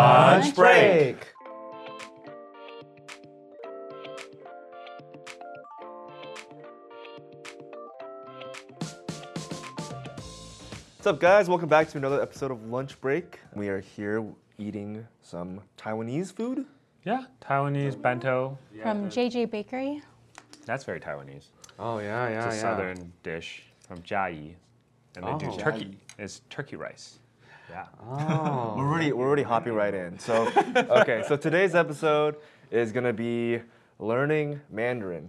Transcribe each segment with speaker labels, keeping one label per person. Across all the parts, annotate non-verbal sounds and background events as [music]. Speaker 1: Lunch break.
Speaker 2: What's up, guys? Welcome back to another episode of Lunch Break. We are here eating some Taiwanese food.
Speaker 1: Yeah, Taiwanese bento.
Speaker 3: from JJ Bakery.
Speaker 1: That's very Taiwanese.
Speaker 4: Oh yeah, yeah,
Speaker 1: It's a
Speaker 4: yeah.
Speaker 1: southern dish from Jiayi. And they do
Speaker 4: Oh.
Speaker 1: turkey. It's turkey rice. Yeah.
Speaker 4: Oh.
Speaker 2: We're already we're already hopping right in. So, okay, so today's episode is gonna be learning Mandarin.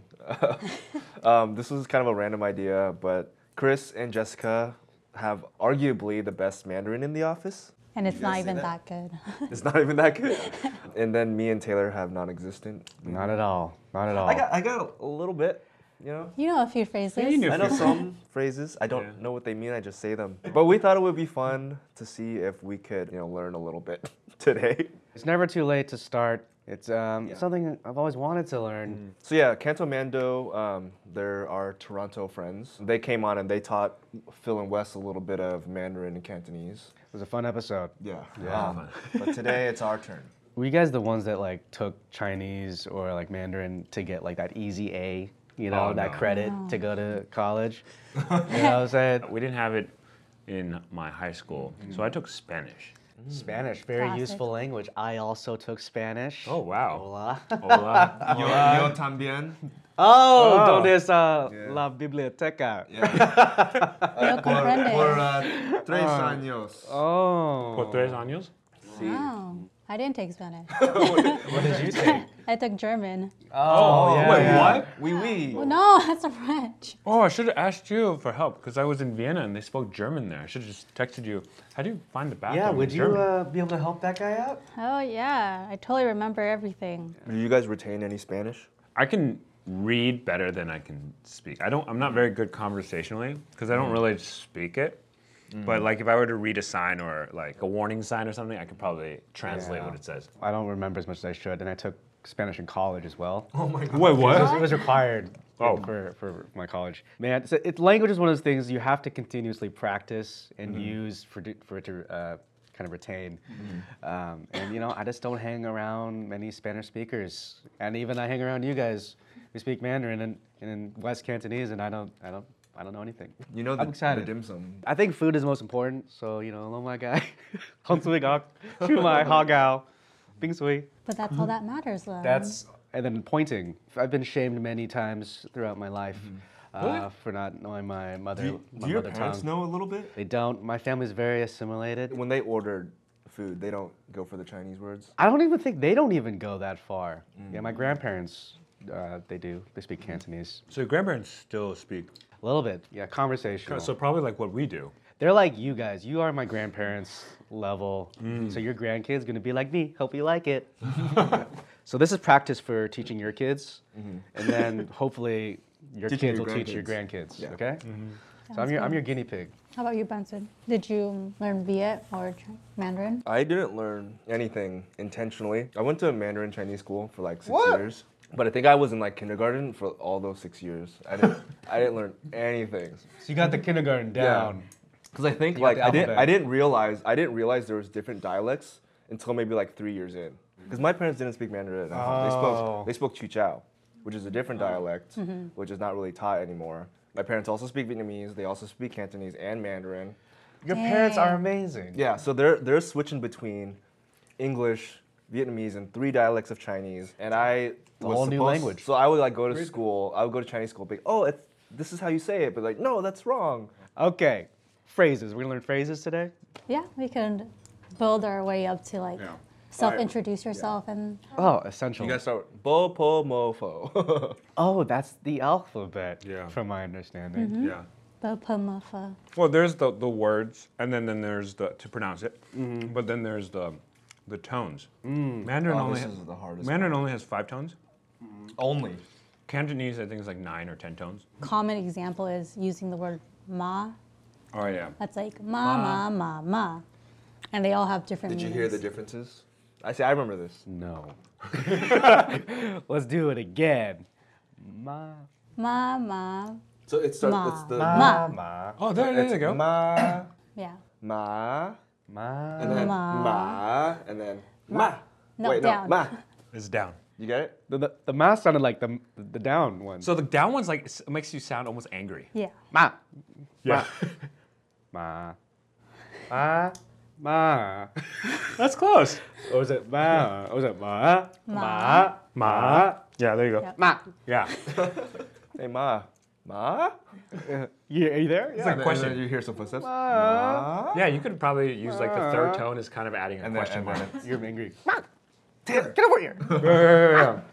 Speaker 2: [laughs] um, this was kind of a random idea, but Chris and Jessica have arguably the best Mandarin in the office.
Speaker 3: And it's not
Speaker 2: guys see
Speaker 3: even
Speaker 2: that?
Speaker 3: that, good. [laughs]
Speaker 2: It's not even that good. And then me and Taylor have non-existent.
Speaker 4: Not at all. Not at all.
Speaker 2: I got I got a little bit, you know.
Speaker 3: You know a few phrases.
Speaker 1: you knew-
Speaker 2: I [laughs] know some phrases. I don't
Speaker 1: Yeah.
Speaker 2: know what they mean. I just say them. But we thought it would be fun to see if we could, you know, learn a little bit [laughs] today.
Speaker 4: it's never too late to start. It's um,
Speaker 2: Yeah. Mm.
Speaker 4: something I've always wanted to learn.
Speaker 2: So yeah, Canto Mando, um, they're our Toronto friends. They came on and they taught Phil and Wes a little bit of Mandarin and Cantonese.
Speaker 4: It was a fun episode.
Speaker 2: Yeah. Um, [laughs] but today it's our turn. [laughs]
Speaker 4: Were you guys the ones that like took Chinese or like Mandarin to get like that easy A, you know,
Speaker 1: Oh,
Speaker 4: that
Speaker 1: no.
Speaker 4: credit to go to college? you know what I'm saying?
Speaker 1: We didn't have it in my high school, so I took Spanish.
Speaker 4: Spanish, very
Speaker 3: Classic.
Speaker 4: useful language. I also took Spanish.
Speaker 1: Oh, wow.
Speaker 4: [laughs] Hola.
Speaker 1: [laughs] Hola.
Speaker 2: Yo,
Speaker 4: Uh,
Speaker 2: también.
Speaker 4: Oh, donde está la biblioteca?
Speaker 2: [laughs]
Speaker 3: No
Speaker 2: Uh,
Speaker 3: comprendes.
Speaker 2: tres años.
Speaker 4: Oh.
Speaker 1: Por tres años?
Speaker 3: Wow. Oh, I didn't take Spanish.
Speaker 4: What did
Speaker 3: [laughs]
Speaker 4: you take?
Speaker 3: I took German.
Speaker 4: Oh, yeah,
Speaker 2: Wait,
Speaker 4: yeah.
Speaker 2: what? Oui,
Speaker 4: Ah,
Speaker 2: oui.
Speaker 3: Well, no, [laughs] that's French.
Speaker 1: Oh, I should have asked you for help because I was in Vienna and they spoke German there. I should have just texted you. How do you find the bathroom?
Speaker 4: Yeah,
Speaker 1: in
Speaker 4: would you
Speaker 1: German?"
Speaker 4: uh, be able to help that guy out?
Speaker 3: Oh yeah, I totally remember everything.
Speaker 2: Do you guys retain any Spanish?
Speaker 1: I can read better than I can speak. I don't. I'm not very good conversationally because I
Speaker 2: Mm.
Speaker 1: don't really speak it. But like, if I were to read a sign or like a warning sign or something, I could probably translate what it says.
Speaker 4: I don't remember as much as I should, and I took Spanish in college as well.
Speaker 2: Oh my god.
Speaker 1: Wait,
Speaker 4: It was, it was required
Speaker 1: Oh.
Speaker 4: for, for my college. Man, so it, language is one of those things you have to continuously practice and
Speaker 2: Mm-hmm.
Speaker 4: use for, d- for it to uh, kind of retain.
Speaker 2: Mm-hmm.
Speaker 4: Um, and you know, I just don't hang around many Spanish speakers, and even I hang around you guys who speak Mandarin and, and West Cantonese, and I don't, I don't, I don't know anything.
Speaker 2: You know the,
Speaker 4: I'm
Speaker 2: the
Speaker 4: excited.
Speaker 2: dim sum.
Speaker 4: I think food is most important. So you know, hello my guy, [laughs] Hong Shumai, Hao Gao, Bing Sui.
Speaker 3: But that's all that matters though.
Speaker 4: That's Um, and then pointing. I've been shamed many times throughout my life uh,
Speaker 1: Really?
Speaker 4: for not knowing my mother.
Speaker 2: Mm-hmm. Do, you-
Speaker 4: my
Speaker 2: do your
Speaker 4: mother
Speaker 2: parents
Speaker 4: tongue.
Speaker 2: know a little bit?
Speaker 4: They don't. My family's very assimilated.
Speaker 2: When they ordered food, they don't go for the Chinese words.
Speaker 4: I don't even think they don't even go that far. Yeah,
Speaker 2: Mm.
Speaker 4: my grandparents, uh, they do. They speak
Speaker 2: Mm-hmm.
Speaker 4: Cantonese
Speaker 1: So your grandparents still speak.
Speaker 4: a little bit. Yeah, conversational.
Speaker 1: So probably like what we do.
Speaker 4: They're like you guys. You are my grandparents level. So your grandkids gonna be like me. Hope you like it. [laughs] so this is practice for teaching your kids, and then hopefully your
Speaker 2: Teaching
Speaker 4: kids
Speaker 2: your
Speaker 4: will Mm-hmm. teach your grandkids. Mm-hmm.
Speaker 2: Yeah.
Speaker 4: Okay. So I'm your I'm
Speaker 3: good.
Speaker 4: your guinea pig.
Speaker 3: How about you, Benson? Did you learn Viet or Ch- Mandarin?
Speaker 2: I didn't learn anything intentionally. I went to a Mandarin Chinese school for like six years. But I think I was in like kindergarten for all those six years. I didn't, I didn't learn anything.
Speaker 4: So you got the kindergarten down.
Speaker 2: Because I think
Speaker 4: You got
Speaker 2: like
Speaker 4: the
Speaker 2: I didn't, I
Speaker 4: alphabet.
Speaker 2: didn't realize I didn't realize there was different dialects until maybe like three years in. Because my parents didn't speak Mandarin. At all. They
Speaker 4: Oh.
Speaker 2: spoke they spoke Chuchao, which is a different dialect, which is not really taught anymore. My parents also speak Vietnamese. They also speak Cantonese and Mandarin.
Speaker 4: Your parents are
Speaker 3: Dang.
Speaker 4: amazing.
Speaker 2: Yeah, so they're they're switching between English, Vietnamese, and three dialects of Chinese, and I
Speaker 4: a whole new language.
Speaker 2: So I would like go to school. I would go to Chinese school, be like, oh, it's, this is how you say it, but like, no, that's wrong.
Speaker 4: Okay. Phrases. We're gonna learn phrases today.
Speaker 3: Yeah, we could build our way up to like self-introduce yourself and
Speaker 4: Oh, essential.
Speaker 2: You gotta start with bo po mo fo.
Speaker 4: oh, that's the alphabet.
Speaker 1: Yeah.
Speaker 4: From my understanding.
Speaker 2: Mm-hmm.
Speaker 1: Yeah.
Speaker 3: Bopomufa.
Speaker 1: Well, there's the, the words, and then, then there's the to pronounce it. But then there's the the tones. Mandarin
Speaker 2: Mm-hmm. Oh,
Speaker 1: only
Speaker 2: this is the hardest
Speaker 1: Mandarin only has five tones.
Speaker 2: Only.
Speaker 1: Cantonese, I think, is like nine or ten tones.
Speaker 3: Common example is using the word ma
Speaker 1: Oh yeah.
Speaker 3: That's like ma ma ma ma, and they all have different.
Speaker 2: Did you hear the
Speaker 3: meanings.
Speaker 2: differences? I say I remember this.
Speaker 4: [laughs] No. Let's do it again. Ma.
Speaker 3: ma ma?
Speaker 2: So it starts.
Speaker 3: Ma.
Speaker 2: It's the
Speaker 3: Ma.
Speaker 4: Ma.
Speaker 1: Oh, there, there
Speaker 2: it's
Speaker 1: you go.
Speaker 2: Ma
Speaker 3: Yeah,
Speaker 2: ma
Speaker 4: Ma.
Speaker 2: and then
Speaker 3: Ma.
Speaker 2: ma, and then ma.
Speaker 3: No,
Speaker 2: Wait,
Speaker 3: down.
Speaker 2: no, ma.
Speaker 1: It's down.
Speaker 2: You get it?
Speaker 4: The, the, the ma sounded like the, the down one.
Speaker 1: So the down one's like it makes you sound almost angry.
Speaker 3: Yeah.
Speaker 4: ma.
Speaker 1: Yeah.
Speaker 4: Ma. [laughs] Ma. Ma.
Speaker 1: That's close.
Speaker 4: Or was it ma? Or was it ma?
Speaker 3: Ma.
Speaker 1: Ma. Yeah, there you go.
Speaker 3: Yep.
Speaker 4: Ma.
Speaker 1: Yeah. It's
Speaker 2: Hey, ma. Ma?
Speaker 4: You, are you there? Yeah.
Speaker 1: like a
Speaker 2: And then
Speaker 1: question.
Speaker 2: you hear some footsteps.
Speaker 4: Ma.
Speaker 1: Yeah, you could probably use like the third tone is kind of adding a
Speaker 2: And then,
Speaker 1: question
Speaker 2: and then
Speaker 1: mark.
Speaker 2: it's-
Speaker 4: You're angry. Ma. Damn, get over here.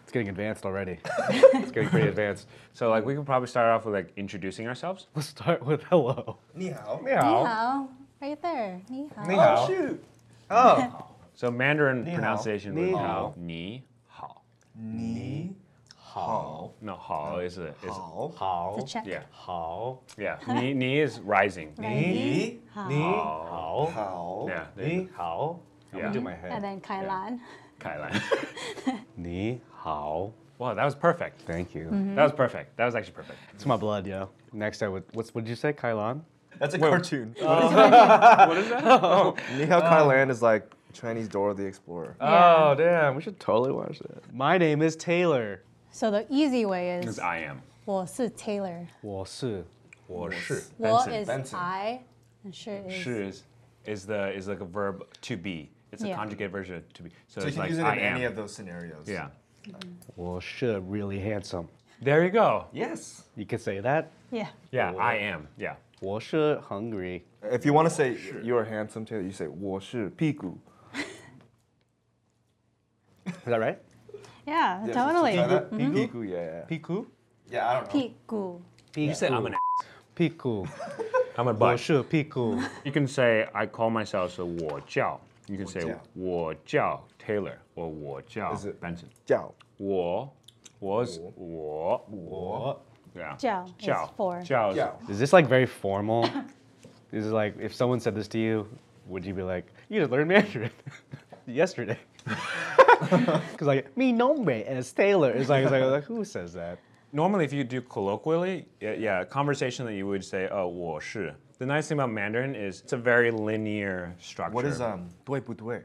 Speaker 4: It's getting advanced already. it's getting pretty advanced.
Speaker 1: So like we could probably start off with like introducing ourselves.
Speaker 4: We'll start with hello.
Speaker 2: Ni hao.
Speaker 3: Ni hao. Right there. Ni hao.
Speaker 4: Ni
Speaker 2: Oh, shoot. Oh.
Speaker 1: So Mandarin
Speaker 2: hao.
Speaker 1: pronunciation
Speaker 4: Ni
Speaker 1: would be
Speaker 4: hao.
Speaker 1: ni hao.
Speaker 2: Ni hao.
Speaker 1: No, hao is a is
Speaker 2: Hao.
Speaker 4: How?
Speaker 3: The check.
Speaker 1: yeah
Speaker 4: How?
Speaker 1: yeah. Ni ni is rising.
Speaker 3: Ni hao.
Speaker 4: How?
Speaker 2: Hao.
Speaker 1: Yeah. there you
Speaker 4: Ni hao. I'm
Speaker 1: Yeah.
Speaker 4: gonna do my
Speaker 3: And
Speaker 4: head.
Speaker 3: then Kai Lan.
Speaker 1: go. [laughs] Kai Lan. [laughs]
Speaker 4: Ni hao.
Speaker 1: Wow, that was perfect.
Speaker 4: Thank you.
Speaker 1: That was perfect. That was actually perfect.
Speaker 4: It's my blood, yo. Next, I would. What's, what did you say, Kailan?
Speaker 2: That's a cartoon. [laughs] Oh. Um,
Speaker 1: what is that?
Speaker 2: Ni hao Kai Lan is like Chinese Dora the Explorer.
Speaker 4: Oh, damn. We should totally watch that. My name is Taylor.
Speaker 3: So the easy way is
Speaker 1: I am.
Speaker 3: 我是 Taylor.
Speaker 4: 我是.
Speaker 1: 我是.
Speaker 3: 我
Speaker 1: Benson.
Speaker 3: is
Speaker 2: Benson.
Speaker 3: I, and 是 is.
Speaker 1: Sure is is the is like a verb to be. It's a
Speaker 3: Yeah.
Speaker 1: conjugate version of to be.
Speaker 2: So
Speaker 1: So,
Speaker 2: you
Speaker 1: it's
Speaker 2: can
Speaker 1: like
Speaker 2: use it in
Speaker 1: I am.
Speaker 2: any of those scenarios.
Speaker 1: yeah.
Speaker 4: 我是 really handsome.
Speaker 1: There you go.
Speaker 2: Yes.
Speaker 4: You could say that.
Speaker 3: Yeah.
Speaker 1: Yeah, I am. Yeah.
Speaker 4: 我是 hungry.
Speaker 2: If you want to say you're handsome, Taylor, you say 我是屁股.
Speaker 4: Is that right?
Speaker 3: Yeah,
Speaker 2: Yes,
Speaker 3: totally.
Speaker 2: try that. Mm-hmm. Piku, yeah, yeah.
Speaker 4: Piku.
Speaker 2: Yeah, I don't know.
Speaker 3: 屁股.
Speaker 1: You say I'm an a-
Speaker 4: Piku.
Speaker 1: I'm a butt.
Speaker 4: 我是 Piku.
Speaker 1: You can say I call myself so 我叫. You can say
Speaker 2: 我叫。
Speaker 1: 我叫 Taylor or 我叫
Speaker 2: Is it-
Speaker 1: Benson.
Speaker 2: 叫.
Speaker 1: 我 was 我 yeah.
Speaker 3: 叫 is
Speaker 1: 叫
Speaker 3: for.
Speaker 1: 叫 is-
Speaker 2: Jiao.
Speaker 4: Is this like very formal? [coughs] Is it like if someone said this to you, would you be like, you just learned Mandarin [laughs] yesterday? [laughs] Because like me nombre as Taylor is like, it's like, like, who says that?
Speaker 1: Normally, if you do colloquially, yeah, yeah, conversationally, you would say, "Oh, 我是." The nice thing about Mandarin is it's a very linear structure.
Speaker 2: What is um 对不对?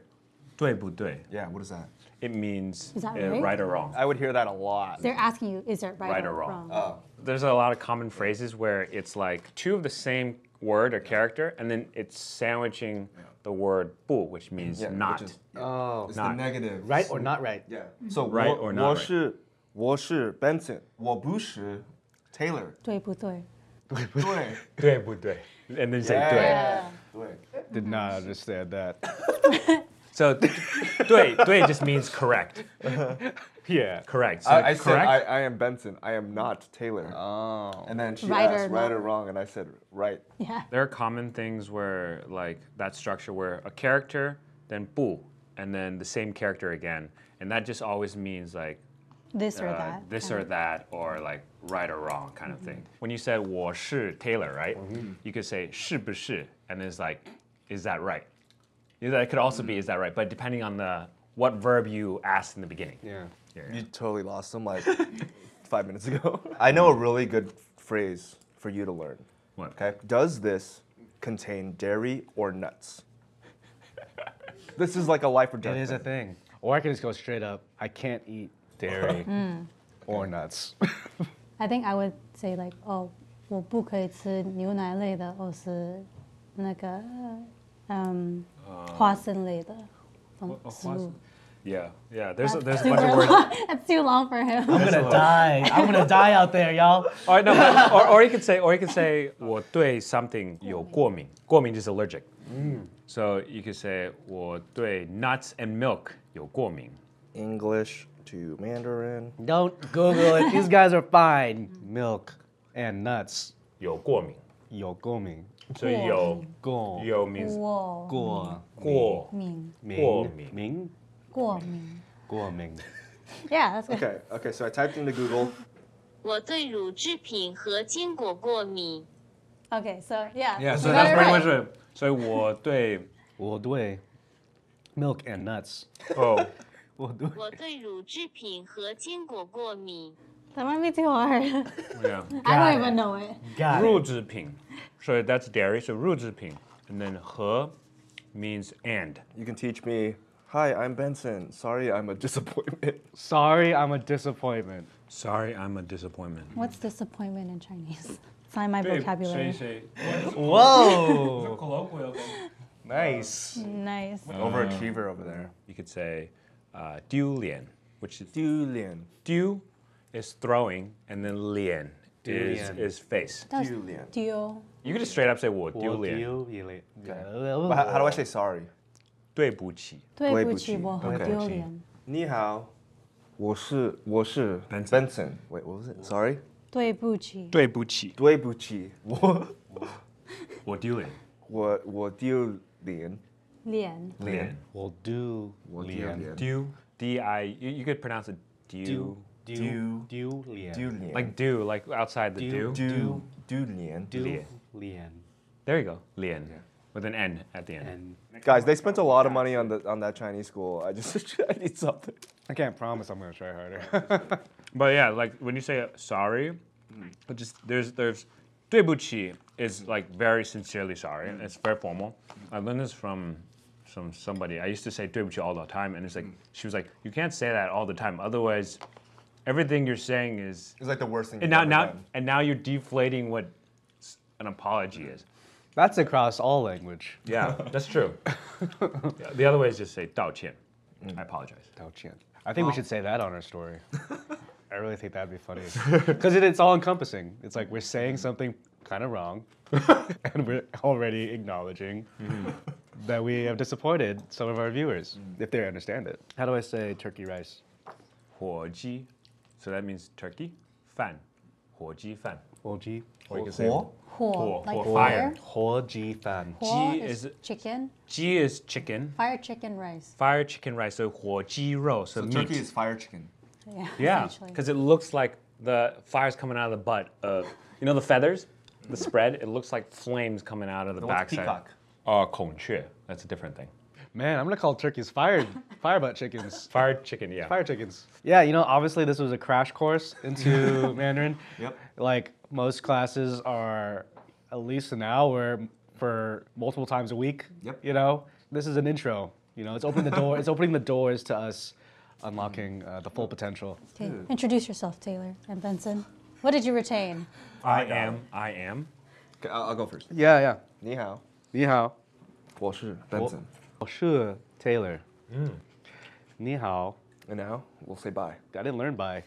Speaker 1: 对不对?
Speaker 2: Yeah, what is that?
Speaker 1: It means
Speaker 3: Is that
Speaker 1: uh,
Speaker 3: right?
Speaker 1: right or wrong.
Speaker 2: I would hear that a lot.
Speaker 3: They're asking you, is it right,
Speaker 1: Right or
Speaker 3: or
Speaker 1: wrong.
Speaker 3: wrong?
Speaker 2: Oh.
Speaker 1: There's a lot of common phrases where it's like two of the same word or character, and then it's sandwiching the word 不, which means not.
Speaker 2: Which is, oh, Mm-hmm. it's
Speaker 1: not.
Speaker 2: the negative.
Speaker 4: Right or not right?
Speaker 2: Yeah. So
Speaker 1: Right
Speaker 2: 我-
Speaker 1: or not right.
Speaker 2: 我是-我是 Benson. 我不是 [laughs] Taylor.
Speaker 3: 对不对?
Speaker 2: 对.
Speaker 1: 对不对? And then you say 对.
Speaker 2: Yeah. 对.
Speaker 4: Did not understand that.
Speaker 1: So
Speaker 2: [laughs]
Speaker 1: 对,对 just means correct.
Speaker 4: [laughs] Yeah.
Speaker 1: Correct. So
Speaker 2: I, I said
Speaker 1: correct.
Speaker 2: I, I am Benson. I am not Taylor. Oh. And then she
Speaker 3: Right or
Speaker 2: asked right or
Speaker 3: not.
Speaker 2: wrong, and I said right.
Speaker 3: Yeah.
Speaker 1: There are common things where, like, that structure where a character, then 不, and then the same character again. And that just always means, like,
Speaker 3: This or
Speaker 1: uh,
Speaker 3: that.
Speaker 1: this
Speaker 3: kind
Speaker 1: or
Speaker 3: of- Mm-hmm.
Speaker 1: that, or like right or wrong kind of thing. When you said 我是 Taylor, right? You could say 是不是, and it's like, is that right? Yeah, That could also be is that right, but depending on the what verb you asked in the beginning.
Speaker 4: Yeah.
Speaker 2: You totally lost them [laughs] like five minutes ago. [laughs] I know a really good phrase for you to learn.
Speaker 1: What?
Speaker 2: Okay. Does this contain dairy or [laughs] nuts? this is like a life or death.
Speaker 4: It is a
Speaker 2: thing.
Speaker 4: thing. Or I can just go straight up, I can't eat [laughs] dairy or nuts.
Speaker 3: I think I would say like, oh, 我不可以吃牛奶类的，或是那个 um 花生类的。
Speaker 1: Yeah, yeah. There's a, there's a
Speaker 3: Too
Speaker 1: bunch of words.
Speaker 3: long. [laughs] That's too long for him.
Speaker 4: gonna die. I'm [laughs] gonna die out there, y'all.
Speaker 1: All right, no, but, or, or you could say or you could say 我对 something
Speaker 3: [laughs]
Speaker 1: 有过敏.过敏 is allergic. So you could say 我对 nuts and milk 有过敏.
Speaker 2: English to Mandarin.
Speaker 4: Don't Google it. These guys are fine. Milk and nuts.
Speaker 1: 有过敏.
Speaker 4: Yokoming.
Speaker 1: So 有
Speaker 4: Go.
Speaker 1: Yo means
Speaker 3: 过敏，
Speaker 4: Go.
Speaker 1: 过
Speaker 4: Ming.
Speaker 1: Guoming.
Speaker 4: Ming.
Speaker 3: 过敏。
Speaker 4: Guoming.
Speaker 3: Yeah, that's good.
Speaker 2: Okay. Okay. So I typed into Google.
Speaker 5: 我对乳制品和坚果过敏。
Speaker 3: Okay, so yeah.
Speaker 1: Yeah, so
Speaker 3: you
Speaker 1: that's
Speaker 3: got it
Speaker 1: pretty
Speaker 3: right.
Speaker 1: much it. So 我对
Speaker 4: Wodui. Milk and nuts.
Speaker 1: oh [laughs]
Speaker 4: Wodui.
Speaker 5: 我对乳制品和坚果过敏。
Speaker 3: That might be too hard.
Speaker 1: yeah
Speaker 3: [laughs] I don't
Speaker 4: it.
Speaker 3: even know it.
Speaker 4: Got
Speaker 1: 肉制品, so that's dairy. So 肉制品 and then 和 means and.
Speaker 2: You can teach me. Hi, I'm Benson. Sorry, I'm a disappointment.
Speaker 4: Sorry, I'm a disappointment.
Speaker 1: Sorry, I'm a disappointment.
Speaker 3: What's disappointment in Chinese? [laughs] It's not in my vocabulary.
Speaker 4: Whoa!
Speaker 1: colloquial.
Speaker 4: [laughs] nice.
Speaker 3: Nice.
Speaker 2: Overachiever over there.
Speaker 1: You could say uh, diu lian, which is
Speaker 2: Julian.
Speaker 1: diu is throwing, and then lian is,
Speaker 4: lian.
Speaker 1: is face.
Speaker 3: That was
Speaker 2: Julian.
Speaker 3: duo.
Speaker 1: You could just straight up say wo diu lian.
Speaker 2: But how, how do I say sorry?
Speaker 1: 对不起.
Speaker 2: 对不起，
Speaker 3: 对不起，我很
Speaker 2: okay.
Speaker 3: 丢脸。
Speaker 2: Ni hao. 我是我是
Speaker 1: Benson.
Speaker 2: Benson. Wait, what was it? Sorry.
Speaker 3: 对不起，
Speaker 1: 对不起.
Speaker 2: 对不起，我我我丢脸。
Speaker 1: wo diu lian.
Speaker 3: Lian.
Speaker 1: Lian.
Speaker 4: Well, do.
Speaker 1: Diu. D I. You, you could pronounce it diu.
Speaker 4: Do. Do.
Speaker 2: Do.
Speaker 4: Do. Lian.
Speaker 1: Like do, like outside the do.
Speaker 4: Do.
Speaker 2: do do lian.
Speaker 4: Do.
Speaker 1: Lian.
Speaker 4: Lian.
Speaker 1: There you go. Lian. With an N at the end.
Speaker 4: And
Speaker 2: Guys, they spent a lot of money on the on that Chinese school. I just [laughs] I need something.
Speaker 4: I can't promise I'm gonna try harder.
Speaker 1: But yeah, like when you say sorry, it just there's there's 对不起 is like very sincerely sorry. and It's very formal. I learned this from from somebody. I used to say 对不起 all the time, and it's like she was like, you can't say that all the time. Otherwise, everything you're saying is
Speaker 2: It's like the worst thing.
Speaker 1: and now now and now you're deflating what s- an apology is.
Speaker 4: [laughs] That's across all language.
Speaker 1: Yeah, that's true. Yeah, [laughs] the other way is just say 道歉. I apologize.
Speaker 4: I think we should say that on our [laughs] story. I really think that'd be funny because it, it's all encompassing. It's like we're saying something kind of [laughs] wrong, and we're already acknowledging that we have disappointed some of our viewers if they understand it. Mm. How do I say turkey rice?
Speaker 1: 火鸡. So that means turkey, fan, 火鸡饭.
Speaker 4: Hoji.
Speaker 1: Or you can say-
Speaker 3: 火
Speaker 1: 火-
Speaker 3: like
Speaker 1: 火-
Speaker 3: fire.
Speaker 4: Hoji fan.
Speaker 3: 火
Speaker 1: Ji
Speaker 3: is
Speaker 1: is-
Speaker 3: chicken.
Speaker 1: Ji is chicken.
Speaker 3: Fire chicken rice.
Speaker 1: Fire chicken rice, so 火鸡肉, so, meat.
Speaker 2: fire chicken.
Speaker 3: Yeah.
Speaker 1: yeah,
Speaker 3: essentially.
Speaker 1: because it looks like the fire's coming out of the butt. Of, you know the feathers, the spread. It looks like flames coming out of the backside. Uh, 孔雀. That's a different thing.
Speaker 4: Man, I'm gonna call turkeys fire fire butt chickens.
Speaker 1: Fire chicken, yeah.
Speaker 4: Fire chickens. Yeah, you know, obviously this was a crash
Speaker 2: [laughs]
Speaker 4: course into Mandarin.
Speaker 2: Yep.
Speaker 4: Like most classes are at least an hour for multiple times a week.
Speaker 2: Yep.
Speaker 4: You know, this is an intro. You know, it's opening the door. it's opening the doors to us unlocking uh, the full potential.
Speaker 3: Okay. Introduce yourself, Taylor and Benson. What did you retain?
Speaker 1: I am. I am.
Speaker 2: Okay, I'll, I'll go first.
Speaker 4: Yeah, yeah.
Speaker 2: Ni hao. 我是 Benson.
Speaker 4: Oh, Sure, Taylor. Ni hao.
Speaker 2: And now we'll say bye.
Speaker 4: I didn't learn by.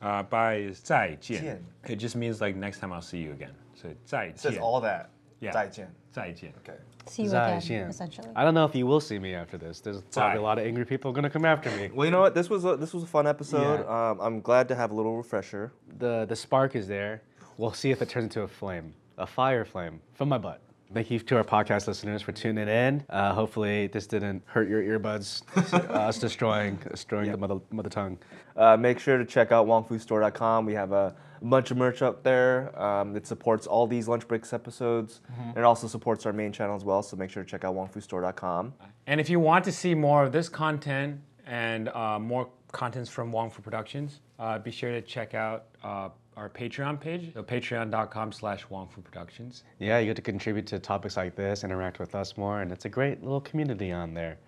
Speaker 1: Uh, by is 再见.
Speaker 2: 见.
Speaker 1: It just means like next time I'll see you again. So 再见.
Speaker 2: that.
Speaker 1: Yeah.
Speaker 2: 再见.
Speaker 1: 再见.
Speaker 2: Okay.
Speaker 3: See you
Speaker 4: Zaijian.
Speaker 3: again, essentially.
Speaker 4: I don't know if you will see me after this. There's probably a lot of angry people gonna come after me.
Speaker 2: Well, you know what? This was a, this was a fun episode.
Speaker 4: Yeah.
Speaker 2: Um, I'm glad to have a little refresher.
Speaker 4: the the spark is there. We'll see if it turns into a flame, a fire flame from my butt. Thank you to our podcast listeners for tuning in. Uh, hopefully, this didn't hurt your earbuds. uh, us destroying destroying the mother mother tongue.
Speaker 2: Uh, make sure to check out wongfoodstore.com. We have a bunch of merch up there. Um, it supports all these lunch breaks episodes, and it also supports our main channel as well. So make sure to check out wongfoodstore.com.
Speaker 1: And if you want to see more of this content and uh, more contents from Wong for Productions, uh, be sure to check out uh, our Patreon page, so patreon.com slash Wong for Productions.
Speaker 4: Yeah, you get to contribute to topics like this, interact with us more, and it's a great little community on there.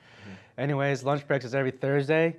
Speaker 4: Anyways, lunch breaks is every Thursday,